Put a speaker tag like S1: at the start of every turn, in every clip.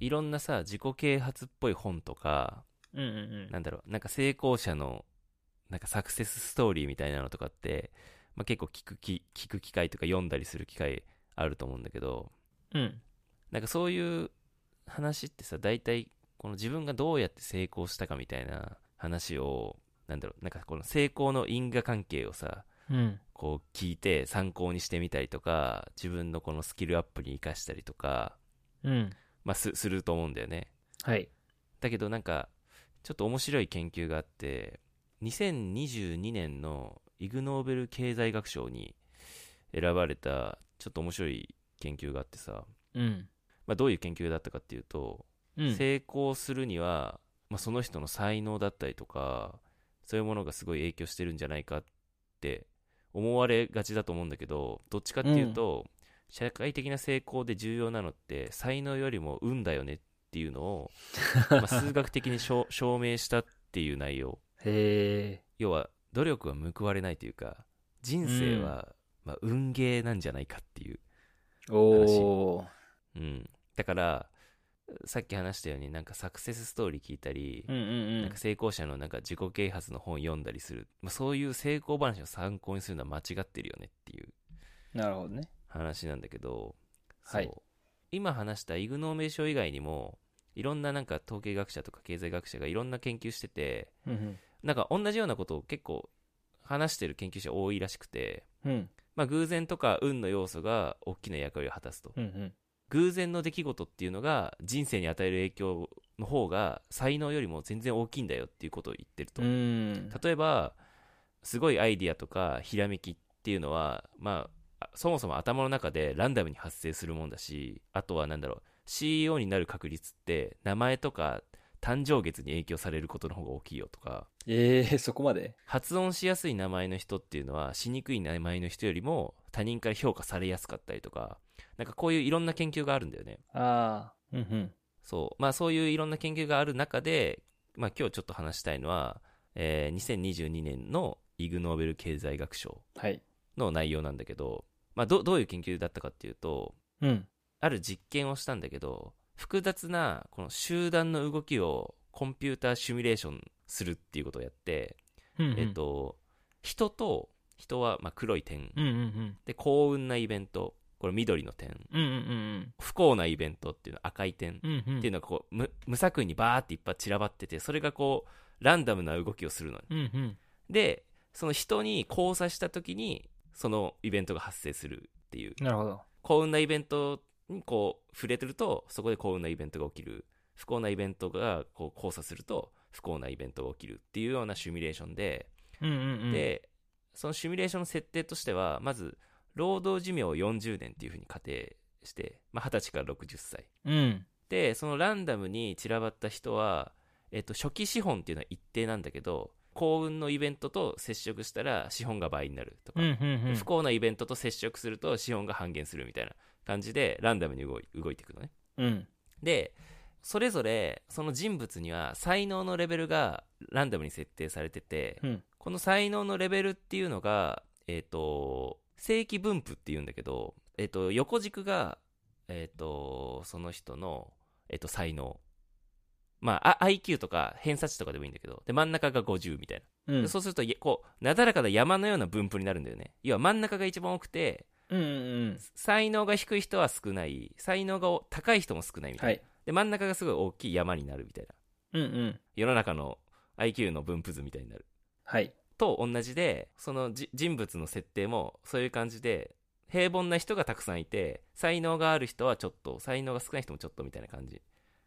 S1: いろんなさ自己啓発っぽい本とか
S2: うんうん
S1: なんだろうなんか成功者のなんかサクセスストーリーみたいなのとかって、まあ、結構聞くき聞く機会とか読んだりする機会あると思うんだけど
S2: うん。うん。
S1: なんかそういう話ってさ大体この自分がどうやって成功したかみたいな話をなんだろうなんかこの成功の因果関係をさ
S2: うん。
S1: こう聞いて参考にしてみたりとか自分のこのスキルアップに生かしたりとか、
S2: うん。
S1: まあ、すすると思うんだよね
S2: はい。
S1: だけどなんかちょっと面白い研究があって2022年のイグ・ノーベル経済学賞に選ばれたちょっと面白い研究があってさ、
S2: うん。
S1: まあ、どういう研究だったかっていうと、
S2: うん。
S1: 成功するには、まあ、その人の才能だったりとかそういうものがすごい影響してるんじゃないかって思われがちだと思うんだけどどっちかっていうと、社会的な成功で重要なのって才能よりも運だよねっていうの を、まあ数学的に証証明したっていう内容
S2: へえ。
S1: 要は努力は報われないというか人生は、まあ、運ゲーなんじゃないかっていう
S2: おー。
S1: うん、だからさっき話したようになんかサクセスストーリー聞いたり、
S2: うんうんう
S1: なん
S2: ん
S1: か。成功者のなんか自己啓発の本読んだりする、まあ、そういう成功話を参考にするのは間違ってるよねっていう
S2: なるほどね。
S1: 話なんだけど、
S2: はい
S1: そう今話したイグ・ノーベル賞以外にもいろんななんか統計学者とか経済学者がいろんな研究してて
S2: うん
S1: なんか同じようなことを結構話してる研究者多いらしくて、
S2: うん。うん
S1: まあ、偶然とか運の要素が大きな役割を果たすと
S2: うんうん。
S1: 偶然の出来事っていうのが人生に与える影響の方が才能よりも全然大きいんだよっていうことを言ってると
S2: う。ん。
S1: 例えばすごいアイディアとかひらめきっていうのは、まあ、あそもそも頭の中でランダムに発生するもんだしあとはなんだろう CEO になる確率って名前とか誕生月に影響されることの方が大きいよとか
S2: ええ、そこまで
S1: 発音しやすい名前の人っていうのはしにくい名前の人よりも他人から評価されやすかったりとかなんかこういういろんな研究があるんだよね
S2: ああ。うんうん。
S1: そうまあそういういろんな研究がある中で、まあ、今日ちょっと話したいのは、えー2022年のイグ・ノーベル経済学賞
S2: はい。
S1: の内容なんだけど、まあ、どどういう研究だったかっていうと
S2: うん。
S1: ある実験をしたんだけど複雑なこの集団の動きをコンピューターシミュレーションするっていうことをやって、
S2: うん
S1: えっ。と人と人はまあ黒い点
S2: うんうん
S1: で幸運なイベントこれ緑の点
S2: うん。うんうん
S1: 不幸なイベントっていうのは赤い点
S2: うん。うんうん。
S1: っていうのがこう無無作為にバーっていっぱい散らばっててそれがこうランダムな動きをするのね
S2: うんうん。
S1: でその人に交差した時にそのイベントが発生するっていう
S2: なるほど。
S1: 幸運なイベントにこう触れてるとそこで幸運なイベントが起きる不幸なイベントがこう交差すると不幸なイベントが起きるっていうようなシミュレーションで、
S2: うんうんうん。、
S1: でそのシミュレーションの設定としてはまず労働寿命を40年っていうふうに仮定して、まあ、20歳から60歳
S2: うん。
S1: でそのランダムに散らばった人は、えっと、初期資本っていうのは一定なんだけど幸運のイベントと接触したら資本が倍になるとか、
S2: うんうんうん。
S1: 不幸なイベントと接触すると資本が半減するみたいな感じでランダムに動い動いていくのね
S2: うん。
S1: でそれぞれその人物には才能のレベルがランダムに設定されてて、
S2: うん
S1: この才能のレベルっていうのがえっ、と正規分布っていうんだけど、えっと横軸がえっ、とその人の、えっと才能まああ IQ とか偏差値とかでもいいんだけどで真ん中が50みたいな、
S2: う
S1: で
S2: ん。
S1: そうするといこうなだらかな山のような分布になるんだよね要は真ん中が一番多くて
S2: うんうん
S1: 才能が低い人は少ない才能が高い人も少ないみ
S2: うん。
S1: たいな、
S2: はい。
S1: で真ん中がすごい大きい山になるみたいな
S2: うんうん。
S1: 世の中の IQ の分布図みたいになる
S2: はい。
S1: と同じでそのじ人物の設定もそういう感じで平凡な人がたくさんいて才能がある人はちょっと才能が少ない人もちょっとみたいな感じ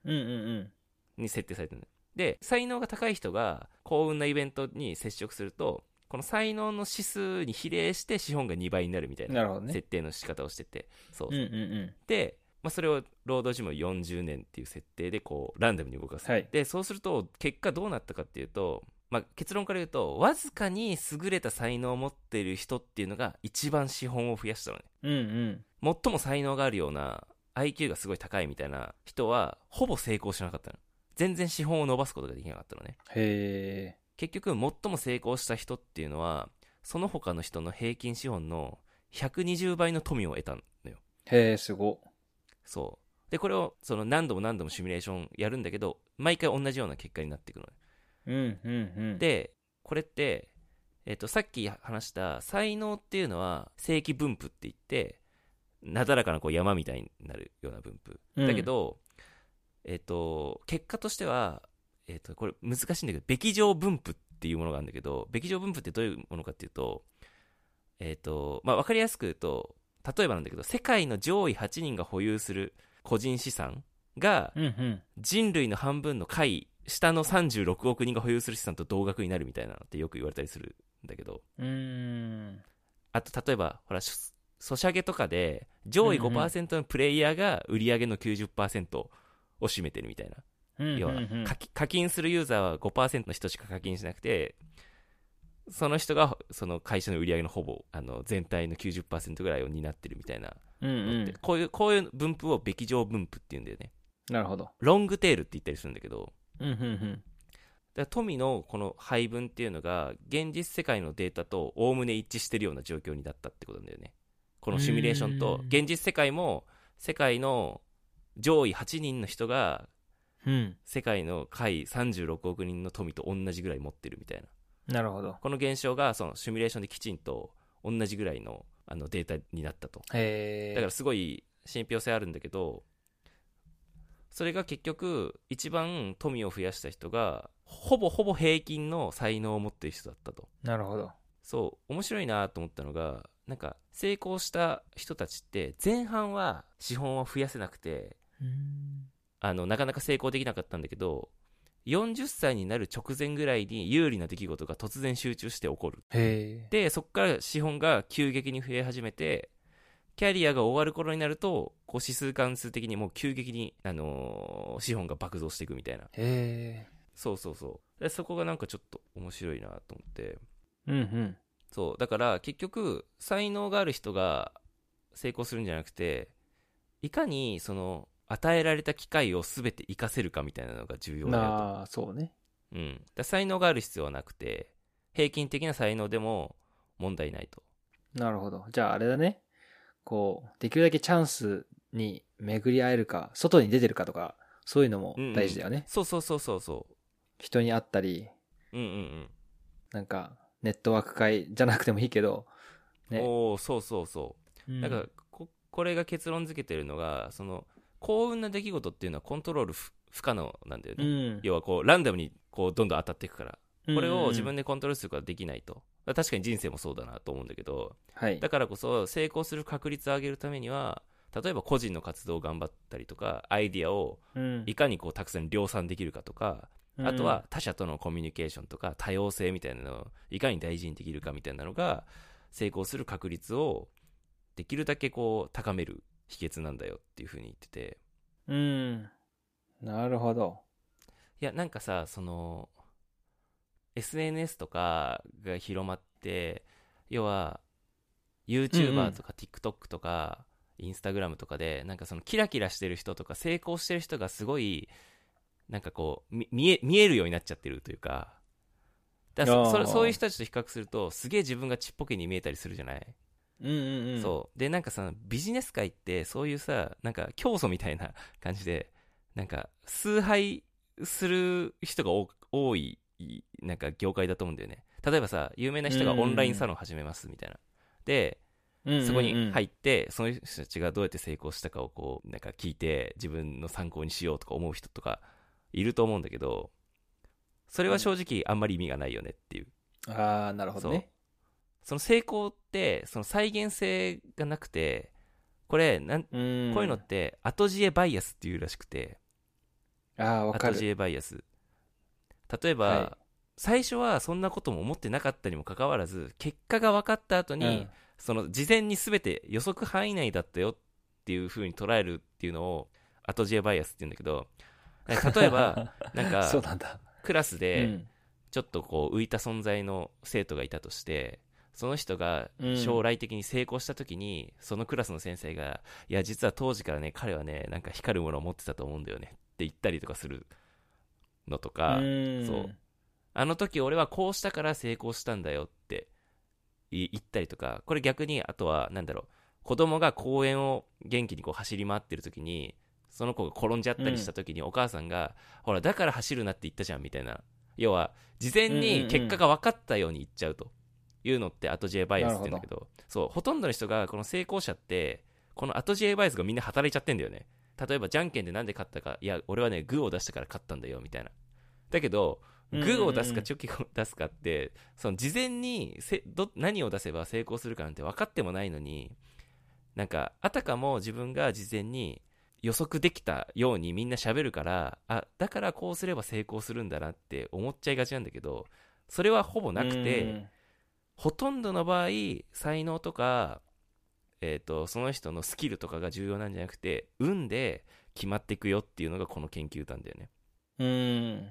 S2: うんうんうん。
S1: に設定されてるので才能が高い人が幸運なイベントに接触するとこの才能の指数に比例して資本が2倍になるみたいな
S2: なるほどね。
S1: 設定の仕方をしてて、そう
S2: うんうん
S1: で、まあ、それを労働寿命40年っていう設定でこうランダムに動かす、
S2: はい
S1: でそうすると結果どうなったかっていうと、まあ、結論から言うとわずかに優れた才能を持っている人っていうのが一番資本を増やしたのね
S2: うん。うんうん。
S1: 最も才能があるような IQ がすごい高いみたいな人はほぼ成功しなかったの全然資本を伸ばすことができなかったのね
S2: へえ。
S1: 結局最も成功した人っていうのはその他の人の平均資本の120倍の富を得たのよ
S2: へえ、すご。
S1: そう。でこれをその何度も何度もシミュレーションやるんだけど毎回同じような結果になっていくのね
S2: うんうんうん
S1: でこれって、えっとさっき話した才能っていうのは正規分布って言ってなだらかなこう山みたいになるような分布
S2: うん
S1: だけど、えっと結果としては、えっとこれ難しいんだけどべ状分布っていうものがあるんだけどべ状分布ってどういうものかっていうと,、えっとまあ、分かりやすく言うと例えばなんだけど世界の上位8人が保有する個人資産が
S2: うんうん
S1: 人類の半分の下位下の36億人が保有する資産と同額になるみたいなのってよく言われたりするんだけど
S2: うーん
S1: あと例えばほらしソシャゲとかで上位
S2: うんうん
S1: 5%のプレイヤーが売り上げの90%を占めてるみたいな、
S2: うん
S1: 要は
S2: うんうん
S1: 課金課金するユーザーは5%の人しか課金しなくてその人がその会社の売り上げのほぼあの全体の90%ぐらいを担ってるみたいな
S2: うん
S1: のって、
S2: う
S1: こういうこういう分布をべき上分布っていうんだよね
S2: んなるほど
S1: ロングテールって言ったりするんだけど
S2: うんうんうん
S1: だから富のこの配分っていうのが現実世界のデータとおおむね一致してるような状況になったってことなんだよねこのシミュレーションと
S2: うーん
S1: 現実世界も世界の上位8人の人が
S2: うん
S1: 世界の下位36億人の富と同じぐらい持ってるみたいな
S2: なるほど
S1: この現象がそのシミュレーションできちんと同じぐらいのあのデータになったと
S2: へえ
S1: だからすごい信憑性あるんだけどそれが結局一番富を増やした人がほぼほぼ平均の才能を持ってる人だったと
S2: なるほど
S1: そう面白いなと思ったのがなんか成功した人たちって前半は資本を増やせなくて
S2: うん
S1: あのなかなか成功できなかったんだけど40歳になる直前ぐらいに有利な出来事が突然集中して起こる
S2: へえ
S1: でそこから資本が急激に増え始めてキャリアが終わる頃になるとこう指数関数的にもう急激に、あのー資本が爆増していくみたいな
S2: へえ
S1: そうそうそうでそこがなんかちょっと面白いなと思って
S2: うんうん
S1: そうだから結局才能がある人が成功するんじゃなくていかにその与えられた機会を全て活かせるかみたいなのが重要だよと
S2: なあそうね
S1: うん、だから才能がある必要はなくて平均的な才能でも問題ないと
S2: なるほどじゃああれだねこうできるだけチャンスに巡り合えるか外に出てるかとかそういうのも大事だよね、
S1: そうそうそうそうそ
S2: 人に会ったり
S1: ううんうん
S2: なんかネットワーク会じゃなくてもいいけど
S1: うん、
S2: ね
S1: おおそうそうそうだ
S2: な
S1: からここれが結論付けてるのがその幸運な出来事っていうのはコントロール不不可能なんだよね、
S2: うん、
S1: 要はこうランダムにこうどんどん当たっていくからこれを自分
S2: で、
S1: でコントロールすることはできないとだから確かに人生もそうだなと思うんだけど
S2: はい、
S1: だからこそ成功する確率を上げるためには例えば個人の活動を頑張ったりとかアイディアを
S2: うん
S1: いかにこうたくさん量産できるかとかあとは他者とのコミュニケーションとか多様性みたいなのをいかに大事にできるかみたいなのが成功する確率をできるだけこう高める秘訣なんだよっていうふうに言ってて
S2: うん、うんなるほど
S1: いやなんかさその SNS とかが広まって要は
S2: うんう
S1: YouTuber
S2: ん
S1: とか TikTok とか Instagram とかでなんかそのキラキラしてる人とか成功してる人がすごいなんかこうみ見え見えるようになっちゃってるというかだからそそ
S2: あー
S1: れそういう人たちと比較するとすげえ自分がちっぽけに見えたりするじゃない、
S2: うんうんうん
S1: そうでなんかさビジネス界ってそういうさなんか競争みたいな 感じでなんか崇拝する人が多多いなんか業界だと思うんだよね例えばさ有名な人がオンラインサロン始めますみたいなで
S2: うんうんうん
S1: そこに入ってその人たちがどうやって成功したかをこうなんか聞いて自分の参考にしようとか思う人とかいると思うんだけどそれは正直あんまり意味がないよねっていう
S2: ああなるほどね
S1: その成功ってその再現性がなくてこれなん
S2: ううん
S1: こういうのって後知恵バイアスっていうらしくて
S2: ああわか
S1: 後
S2: る
S1: 知恵バイアス例えば、
S2: は
S1: 最初はそんなことも思ってなかったにもかかわらず結果が分かった後に、
S2: うん
S1: その事前に全て予測範囲内だったよっていう風に捉えるっていうのを後知恵バイアスって言うんだけどなんか例え ばなん
S2: そう
S1: か
S2: なんだ、
S1: クラスで、
S2: うん
S1: ちょっとこう浮いた存在の生徒がいたとしてその人が
S2: うん
S1: 将来的に成功した時に、そのクラスの先生が「いや実は当時からね彼はねなんか光るものを持ってたと思うんだよね」って言ったりとかするのとか、
S2: うん
S1: そうあの時俺はこうしたから成功したんだよってい言ったりとかこれ逆にあとはなんだろう子供が公園を元気にこう走り回ってる時にその子が転んじゃったりした時にお母さんが、ほらだから走るなって言ったじゃんみたいな要は事前に結果が分かったように言っちゃうというのって後知恵バイアスって言うんだけどそうほとんどの人がこの成功者ってこの後知恵バイアスがみんな働いちゃってんだよね例えばじゃんけんでなんで勝ったかいや俺はねグーを出したから勝ったんだよみたいなだけどグーを出すかチョキを出すかってその事前にせど何を出せば成功するかなんて分かってもないのになんかあたかも自分が事前に予測できたようにみんな喋るからあだからこうすれば成功するんだなって思っちゃいがちなんだけどそれはほぼなくて、ほとんどの場合才能とか、えー、とその人のスキルとかが重要なんじゃなくて運で決まっていくよっていうのがこの研究なんだよね
S2: うんうん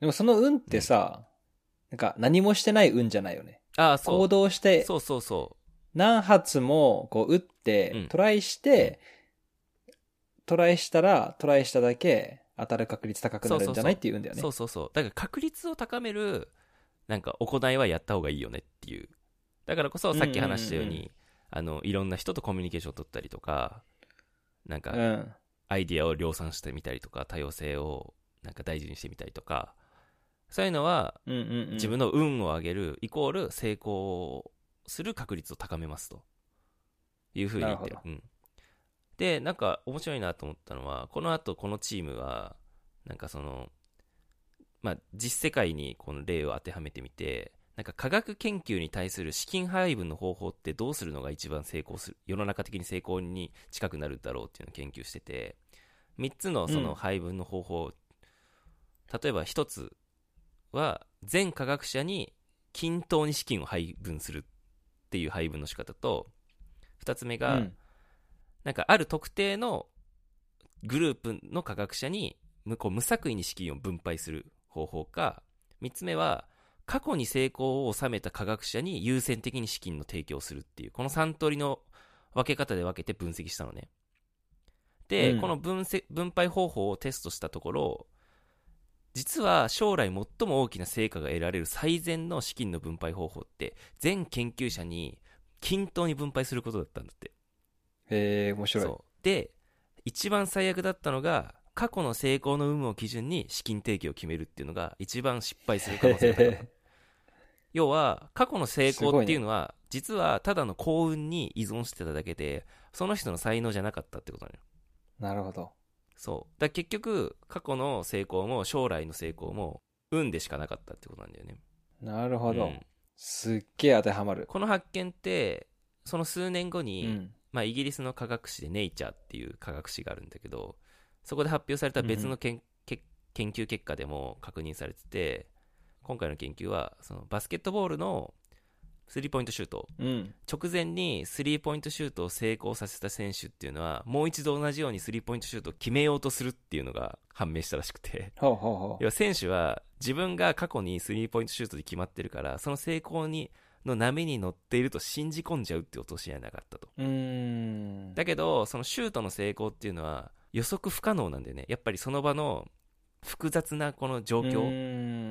S2: でもその運ってさ、なんか何もしてない運じゃないよね
S1: ああそ
S2: 行
S1: う
S2: 動して
S1: そうそうそ
S2: 何発もこう打
S1: う
S2: って
S1: ん
S2: トライして、トライしたらトライしただけ当たる確率高くなるんじゃないっていうんだ
S1: う、
S2: よね
S1: そうそうそうだから確率を高めるなんか行いはやった方がいいよねっていうだからこそさっき話したように、
S2: うんうんうん
S1: あのいろんな人とコミュニケーションを取ったりとかなんか
S2: うん
S1: アイディアを量産してみたりとか多様性をなんか大事にしてみたりとかそういうのは
S2: うんうんうん、
S1: 自分の運を上げるイコール成功する確率を高めますというふうに言ってる
S2: な
S1: う
S2: る
S1: ん、でなんか面白いなと思ったのはこのあとこのチームはなんかそのまあ実世界にこの例を当てはめてみてなんか科学研究に対する資金配分の方法ってどうするのが一番成功する世の中的に成功に近くなるだろうっていうのを研究してて3つのその配分の方法、例えば1つは全科学者に均等に資金を配分するっていう配分の仕方と2つ目が、
S2: うん
S1: なんかある特定のグループの科学者に無こう無作為に資金を分配する方法か3つ目は過去に成功を収めた科学者に優先的に資金の提供をするっていうこの3通りの分け方で分けて分析したのねで、
S2: うん
S1: この分せ分配方法をテストしたところ実は将来最も大きな成果が得られる最善の資金の分配方法って全研究者に均等に分配することだったんだって
S2: へえ面白い
S1: そうで一番最悪だったのが過去の成功の有無を基準に資金提供を決めるっていうのが一番失敗する可能性が高 い要は過去の成功っていうのは、実はただの幸運に依存してただけでその人の才能じゃなかったってことなのよ
S2: なるほど
S1: そうだから結局過去の成功も将来の成功も運でしかなかったってことなんだよね
S2: なるほど、
S1: うん
S2: すっげえ当てはまる
S1: この発見ってその数年後
S2: う
S1: に、
S2: ん
S1: まあ、イギリスの科学誌で「ネイチャー」っていう科学誌があるんだけどそこで発表された別のけん、け研究結果でも確認されてて今回の研究はそのバスケットボールのスリーポイントシュート
S2: うん
S1: 直前にスリーポイントシュートを成功させた選手っていうのはもう一度同じようにスリーポイントシュートを決めようとするっていうのが判明したらしく て
S2: ほうほうほ
S1: 要は選手は自分が過去にスリーポイントシュートで決まってるからその成功にの波に乗っていると信じ込んじゃうって落とし穴があったと。
S2: ううーん
S1: だけどそのシュートの成功っていうのは予測不可能なんだよねやっぱりその場の複雑なこの状況、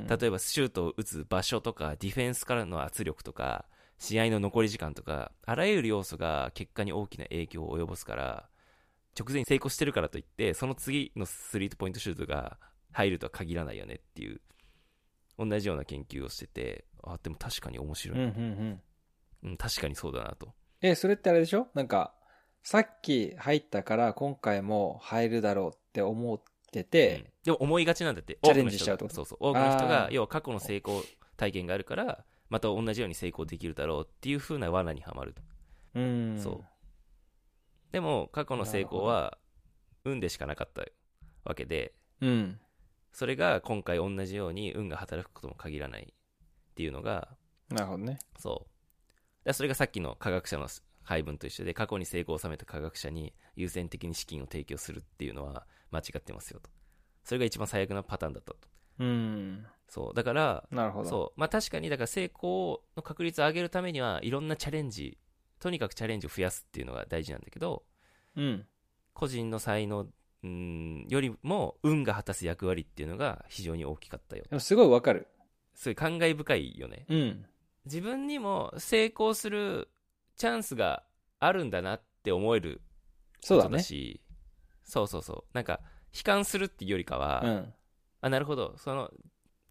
S2: 況
S1: 例えばシュートを打つ場所とかディフェンスからの圧力とか試合の残り時間とかあらゆる要素が結果に大きな影響を及ぼすから直前に成功してるからといってその次のスリーポイントシュートが入るとは限らないよねっていう同じような研究をしててあでも確かに面白い、
S2: うんうんうん
S1: うん、確かにそうだなと
S2: えそれってあれでしょなんかさっき入ったから今回も入るだろうって思って
S1: うん
S2: て、
S1: でも思いがちなんだって
S2: チャレンジしちゃ
S1: 多
S2: う
S1: くの人がそうそう
S2: っ
S1: 多
S2: てこと
S1: くの人が
S2: あー
S1: 要は過去の成功体験があるからまた同じように成功できるだろうっていう風な罠にはまる、
S2: うーん
S1: そうでも過去の成功は運でしかなかったわけで
S2: うん
S1: それが今回同じように運が働くことも限らないっていうのが
S2: なるほどね
S1: そうだからそれがさっきの科学者の配分と一緒で過去に成功を収めた科学者に優先的に資金を提供するっていうのは間違ってますよとそれが一番最悪なパターンだったと
S2: うん
S1: そうだから
S2: なるほど
S1: そうまあ確かにだから成功の確率を上げるためにはいろんなチャレンジとにかくチャレンジを増やすっていうのが大事なんだけど
S2: ううん
S1: 個人の才能うんよりも運が果たす役割っていうのが非常に大きかったよ
S2: でもすごいわかる
S1: すごい感慨深いよね
S2: うん
S1: 自分にも成功するチャンスがあるんだなって思える
S2: そう
S1: こ
S2: だ
S1: とだ
S2: ね
S1: しそうそうそうなんか悲観するっていうよりかは、
S2: うん。
S1: あなるほどその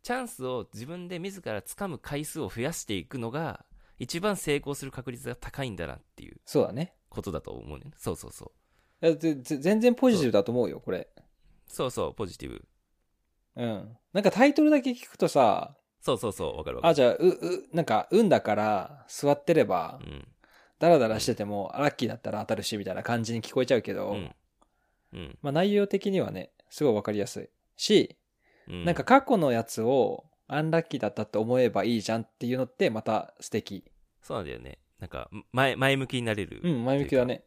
S1: チャンスを自分で自ら掴む回数を増やしていくのが一番成功する確率が高いんだなっていう
S2: そうだね。
S1: ことだと思うねそうそうそう
S2: だってぜ全然ポジティブだと思うよ、これ。
S1: そうそうポジティブ
S2: うん。なんかタイトルだけ聞くとさ、
S1: そうそうそうわかるわか
S2: あ、
S1: る
S2: じゃあ、う、う、なんか、運だから、座ってれば、ダラダラしてても、ラッキーだったら当たるし、みたいな感じに聞こえちゃうけど、
S1: うんうん
S2: まあ内容的にはね、すごいわかりやすい。し、
S1: うん
S2: なんか過去のやつを、アンラッキーだったって思えばいいじゃんっていうのって、また素敵。
S1: そうなんだよねなんか前前向きになれる
S2: うん、前向きだね。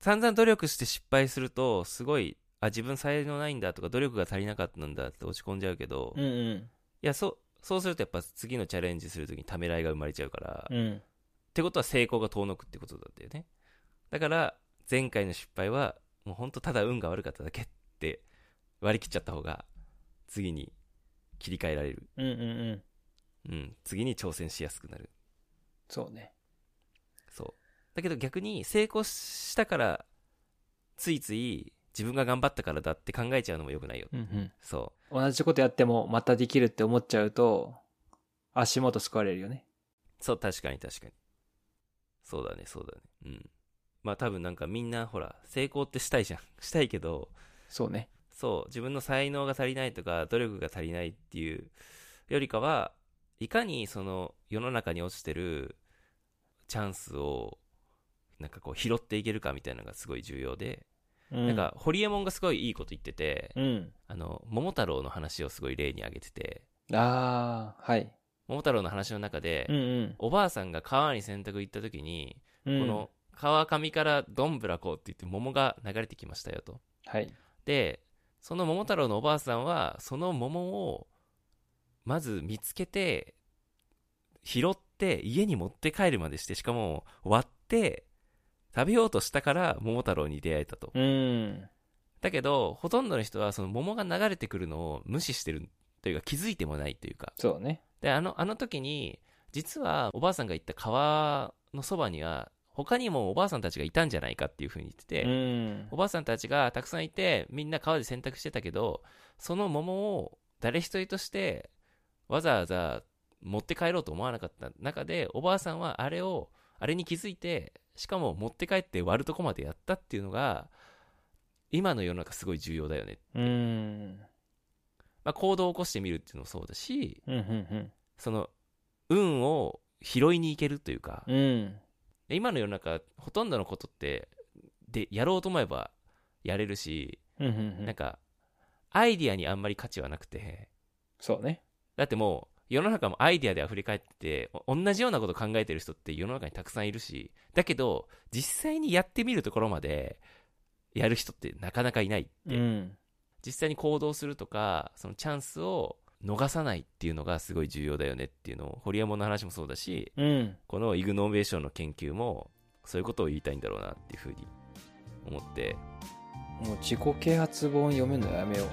S1: 散々努力して失敗するとすごいあ自分才能ないんだとか努力が足りなかったんだって落ち込んじゃうけど、
S2: う
S1: い
S2: んうん。
S1: やそうそうするとやっぱ次のチャレンジするときにためらいが生まれちゃうから、っ
S2: うん。
S1: てことは成功が遠のくってことだったよねだから前回の失敗はもうほんとただ運が悪かっただけって割り切っちゃった方が次に切り替えられる、
S2: うんうんうん。
S1: うん、次に挑戦しやすくなる
S2: そうね。
S1: そうだけど逆に成功したからついつい自分が頑張ったからだって考えちゃうのも良くないよ
S2: うんうん。
S1: そ
S2: 同じことやっても、またできるって思っちゃうと、足元救われるよね。
S1: う。そう、確かに確かに。そうだね、そうだね。うん。まあ多分なんかみんなほら、成功ってしたいじゃん。したいけど、
S2: そうね。
S1: そう、自分の才能が足りないとか、努力が足りないっていうよりかは、いかにその世の中に落ちてるチャンスを、なんかこう拾っていけるかみたいなのがすごい重要で、
S2: な
S1: なん、か堀エモ門がすごいいいこと言ってて、
S2: うん。
S1: あの桃太郎の話をすごい例に挙げてて
S2: ああ、はい。
S1: 桃太郎の話の中で、
S2: うんうん。
S1: おばあさんが川に洗濯行った時に、
S2: うん
S1: この川上からどんぶらこうって言って桃が流れてきましたよと
S2: はい。
S1: でその桃太郎のおばあさんはその桃をまず見つけて拾って家に持って帰るまでしてしかも割って食べようとしたから桃太郎に出会えたと
S2: うん。
S1: だけどほとんどの人はその桃が流れてくるのを無視してるというか気づいてもないというか
S2: そうね。
S1: であのあの時に実はおばあさんが行った川のそばには他にもおばあさんたちがいたんじゃないかっていうふうに言ってて、
S2: うん
S1: お。ばあさんたちがたくさんいてみんな川で洗濯してたけどその桃を誰一人としてわざわざ持って帰ろうと思わなかった中でおばあさんはあれをあれに気づいてしかも持って帰って割るとこまでやったっていうのが今の世の中すごい重要だよね、
S2: うん。うん
S1: まあ、行動を起こしてみるっていうのもそうだし
S2: うんうん
S1: その運を拾いに行けるというか、
S2: うん。
S1: で今の世の中ほとんどのことってでやろうと思えばやれるし、
S2: うんうんう
S1: なん
S2: ん。
S1: かアイディアにあんまり価値はなくて
S2: そうね。
S1: だってもう世の中もアイディアであふれ返っててお同じようなこと考えてる人って世の中にたくさんいるしだけど実際にやってみるところまでやる人ってなかなかいないって、
S2: うん。
S1: 実際に行動するとかそのチャンスを逃さないっていうのがすごい重要だよねっていうのを堀山の話もそうだし
S2: うん。
S1: このイグノーベーションの研究もそういうことを言いたいんだろうなっていうふうに思って
S2: もう自己啓発本読むのやめよう。